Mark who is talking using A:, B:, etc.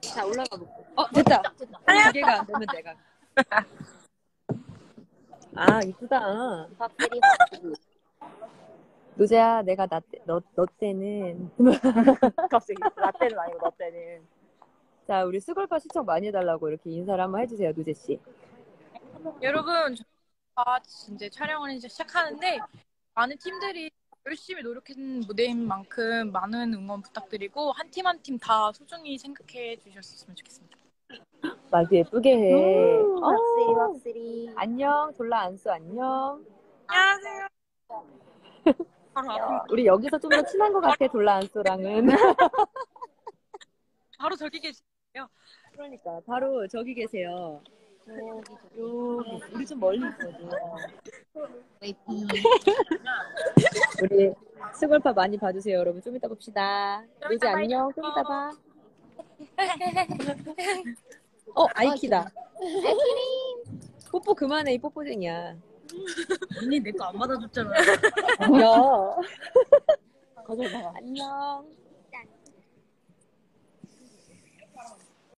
A: 자, 올라가 볼게. 어, 됐다. 기계가 안 되면 내가.
B: 아, 이쁘다.
A: 파프리
B: 노재야, 내가 나, 때- 너, 너 때는.
C: 갑자기 라떼는 아니고 너 때는
B: 자, 우리 수골파 시청 많이 해달라고 이렇게 인사를 한번 해주세요, 노재씨.
D: 여러분, 아 이제 촬영을 이제 시작하는데 많은 팀들이 열심히 노력한 무대인 만큼 많은 응원 부탁드리고 한 팀 한 팀 다 소중히 생각해 주셨으면 좋겠습니다.
B: 말도 예쁘게 해. 어,
A: 박스리, 박스리.
B: 안녕, 졸라 안수, 안녕.
D: 안녕하세요. 바로 앞
B: 우리 여기서 좀 더 친한 것 같아, 졸라 안수랑은.
D: 바로 저기 계시.
B: 그러니까, 바로 저기 계세요.
A: 네.
B: 우리 좀 멀리 있거든. 우리 수골파 많이 봐주세요, 여러분. 좀 이따 봅시다.
D: 좀
B: 노재
D: 이따 봐요.
B: 안녕, 좀 이따 봐. 어, 아이키다. 뽀뽀 그만해, 이 뽀뽀쟁이야.
D: 언니 내 거 안 받아줬잖아.
B: 안녕.
C: 가져가
B: 안녕.